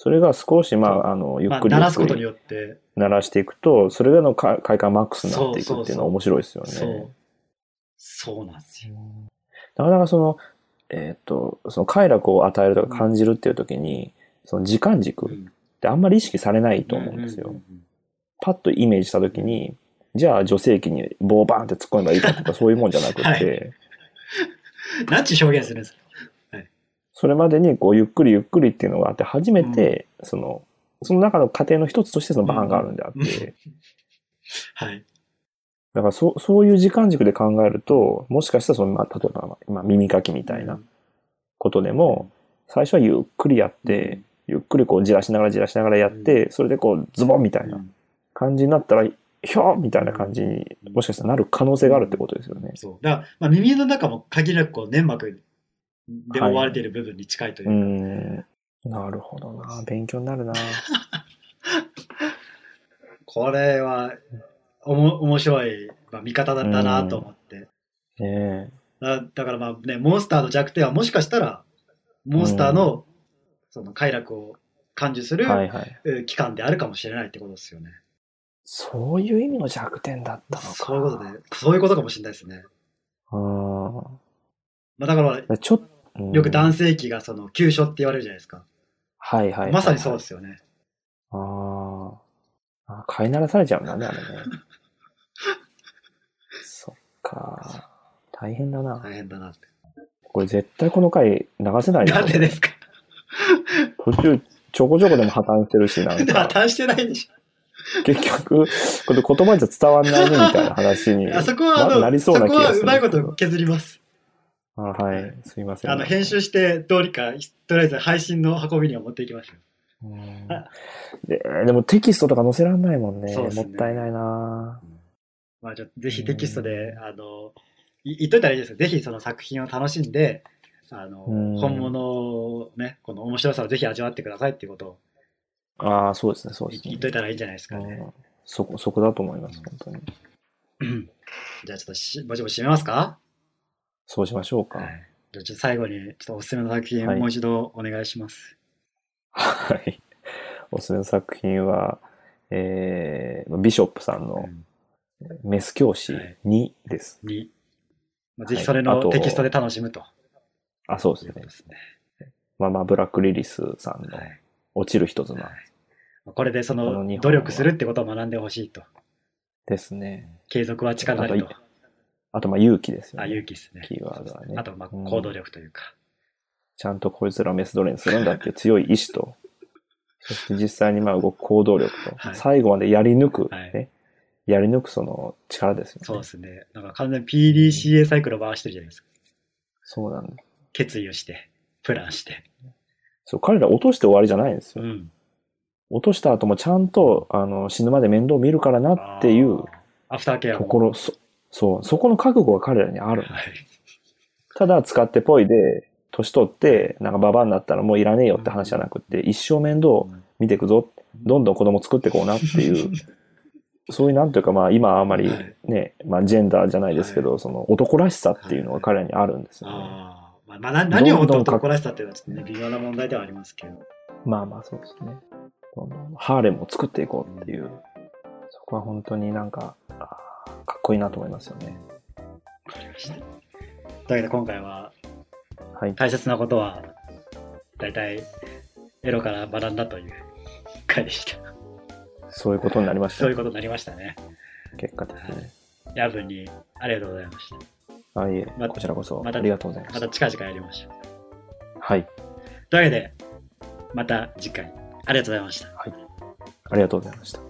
Speaker 2: それが少し、まあ、あの、ゆ
Speaker 1: ま
Speaker 2: っ
Speaker 1: あ、
Speaker 2: くり
Speaker 1: 鳴らすことに
Speaker 2: ゆっくり
Speaker 1: よって、
Speaker 2: 鳴らしていくと、それがのか快感マックスになってい
Speaker 1: そう
Speaker 2: く
Speaker 1: そう
Speaker 2: ってい
Speaker 1: そ
Speaker 2: うの
Speaker 1: う
Speaker 2: は面白いですよね。
Speaker 1: そう。そうなんですよ。
Speaker 2: なかなかその、えっ、と、その快楽を与えるとか感じるっていう時に、その時間軸
Speaker 1: う
Speaker 2: っ
Speaker 1: ん
Speaker 2: てあんまり意識されないと思うんですよ。
Speaker 1: ううん
Speaker 2: パッとイメージした時に、じゃあ女性器に棒バーンって突っ込めばいいかとかそういうもんじゃなくて、
Speaker 1: はいうんなんちゅう表現するんですか
Speaker 2: それまでにこうゆっくりゆっくりっていうのがあって、初めて、その、その中の過程の一つとしてそのバーンがあるんであって、
Speaker 1: うんはい。
Speaker 2: だからそそういう時間軸で考えると、もしかしたらその、まあ、例えば、まあまあ、耳かきみたいなことでも、最初はゆっくりやって、ゆっくりこうじらしながらじらしながらやって、それでこうズボンみたいな感じになったら、ひょーみたいな感じに
Speaker 1: うん
Speaker 2: もしかしたらなる可能性があるってことですよね。
Speaker 1: そう。だから、まあ、耳の中も限りなくこう粘膜で覆われている部分に近いという
Speaker 2: う
Speaker 1: か、
Speaker 2: ん。なるほどな。勉強になる な。
Speaker 1: これはおも面白い、まあ、見方だったなと思って、
Speaker 2: ねえ。
Speaker 1: だだからまあねモンスターの弱点はもしかしたらモンスターのその快楽を感受する、
Speaker 2: はいはい。
Speaker 1: えー期間であるかもしれないってことですよね。
Speaker 2: そういう意味の弱点だったのか。
Speaker 1: そういうことで、そういうことかもしれないですね。
Speaker 2: う
Speaker 1: まあ、だから
Speaker 2: ん。ちょっと、
Speaker 1: よく
Speaker 2: ン
Speaker 1: 男性器がその急所って言われるじゃないですか。
Speaker 2: はいはいはい。
Speaker 1: まさにそうですよね。
Speaker 2: あーあ。飼いならされちゃうんだね、あれね。そっか。大変だな。
Speaker 1: 大変だなって。
Speaker 2: これ絶対この回流せない
Speaker 1: なんでですか
Speaker 2: 途中、ちょこちょこでも破綻してるし、なん
Speaker 1: 破
Speaker 2: か、
Speaker 1: 綻してないでし
Speaker 2: 結局、これ言葉じゃ伝わんないねみたいな話に
Speaker 1: ょ。 あそこは、あ
Speaker 2: ななり
Speaker 1: の、そ
Speaker 2: そ
Speaker 1: こ
Speaker 2: うな気が
Speaker 1: は
Speaker 2: する。
Speaker 1: うまいこと削ります。
Speaker 2: あはい、すいません。
Speaker 1: あの編集してどうにかとりあえず配信の運びには持っていきましょ
Speaker 2: うんで。でもテキストとか載せらんないもんね。
Speaker 1: そうです
Speaker 2: も
Speaker 1: ね
Speaker 2: ったいないな
Speaker 1: う。まあじゃあぜひテキストであのい言っといたらいいですよ。ぜひその作品を楽しんであの
Speaker 2: うん
Speaker 1: 本物をねこの面白さをぜひ味わってくださいっていうことを
Speaker 2: ああ、そうですね、そうです
Speaker 1: 言
Speaker 2: ね
Speaker 1: っ。といたらいいんじゃないですかね。
Speaker 2: うんそこ、そこだと思います、本当に。
Speaker 1: じゃあちょっとしぼちぼち締めますか。
Speaker 2: そうしましょうか
Speaker 1: は。い。じゃあちょっと最後にちょっとおすすめの作品を
Speaker 2: はい
Speaker 1: もう一度お願いします。
Speaker 2: はい。おすすめの作品は、えー、ビショップさん
Speaker 1: う
Speaker 2: の
Speaker 1: ん
Speaker 2: メス教師2です。
Speaker 1: に、まあ、ぜひそれの
Speaker 2: はいあと
Speaker 1: テキストで楽しむと
Speaker 2: あ、そうで
Speaker 1: い
Speaker 2: す
Speaker 1: う
Speaker 2: ね
Speaker 1: こと。ですね。
Speaker 2: まあまあ、ブラックリリスさんの
Speaker 1: はい
Speaker 2: 落ちる一つな
Speaker 1: まあこれでそ
Speaker 2: こ
Speaker 1: の
Speaker 2: の日本は
Speaker 1: 努力するってことを学んでほしいと。
Speaker 2: ですね。
Speaker 1: 継続は力なり
Speaker 2: あ
Speaker 1: と
Speaker 2: と。あと、まあ、勇気ですよ
Speaker 1: あ、
Speaker 2: ね。
Speaker 1: 勇気ですね。
Speaker 2: キーワードはね
Speaker 1: あと、まあ、
Speaker 2: うん
Speaker 1: 行動力というか。
Speaker 2: ちゃんとこいつらをメス奴隷にするんだっていう強い意 志と、そして実際にまあ動く行動力と、
Speaker 1: はい
Speaker 2: 最後までやり抜く、
Speaker 1: はい
Speaker 2: ね、やり抜くその力ですよね。
Speaker 1: そうですね。なんか完全に PDCA サイクルを回してるじゃないですか。
Speaker 2: そうなんです。
Speaker 1: 決意をして、プランして。
Speaker 2: そう、彼ら落として終わりじゃないんです
Speaker 1: う
Speaker 2: よ。
Speaker 1: ん。
Speaker 2: 落とした後もちゃんと、あの、死ぬまで面倒見るからなっていう
Speaker 1: あー。アフターケア
Speaker 2: と
Speaker 1: も。
Speaker 2: ころ、そ、そう、そこの覚悟が彼らにある。
Speaker 1: はい。
Speaker 2: ただ使ってぽいで、年取って、なんかババアになったらもういらねえよって話じゃなくって、一生面倒見ていくぞ、どんどん子供作ってこうなっていう、そういうなんというかまあ今あんまりね、まあジェンダーじゃないですけど、その男らしさっていうのが彼らにあるんですよね。
Speaker 1: ああ。まあ、まあな何を本当
Speaker 2: どんどん
Speaker 1: 男らしさっていうのはちょっとね、微妙な問題ではありますけど。
Speaker 2: まあまあそうですね。どんどんハーレムを作っていこうっていう、そこは本当になんか、あーかっこいいなと思いますよね。
Speaker 1: わかりました。というわけで、今回は
Speaker 2: はい。
Speaker 1: 大切なことは、大体、エロから学んだという回でした。
Speaker 2: そういうことになりました
Speaker 1: そういう。ことになりましたね。
Speaker 2: 結果的に。
Speaker 1: 夜分にありがとうございました。
Speaker 2: あ、いえ、
Speaker 1: ま
Speaker 2: こちらこそ、
Speaker 1: また
Speaker 2: ありがとうございま
Speaker 1: ますた。近々やりましょう。
Speaker 2: はい。
Speaker 1: というわけで、また次回、ありがとうございました。
Speaker 2: ありがとうございました。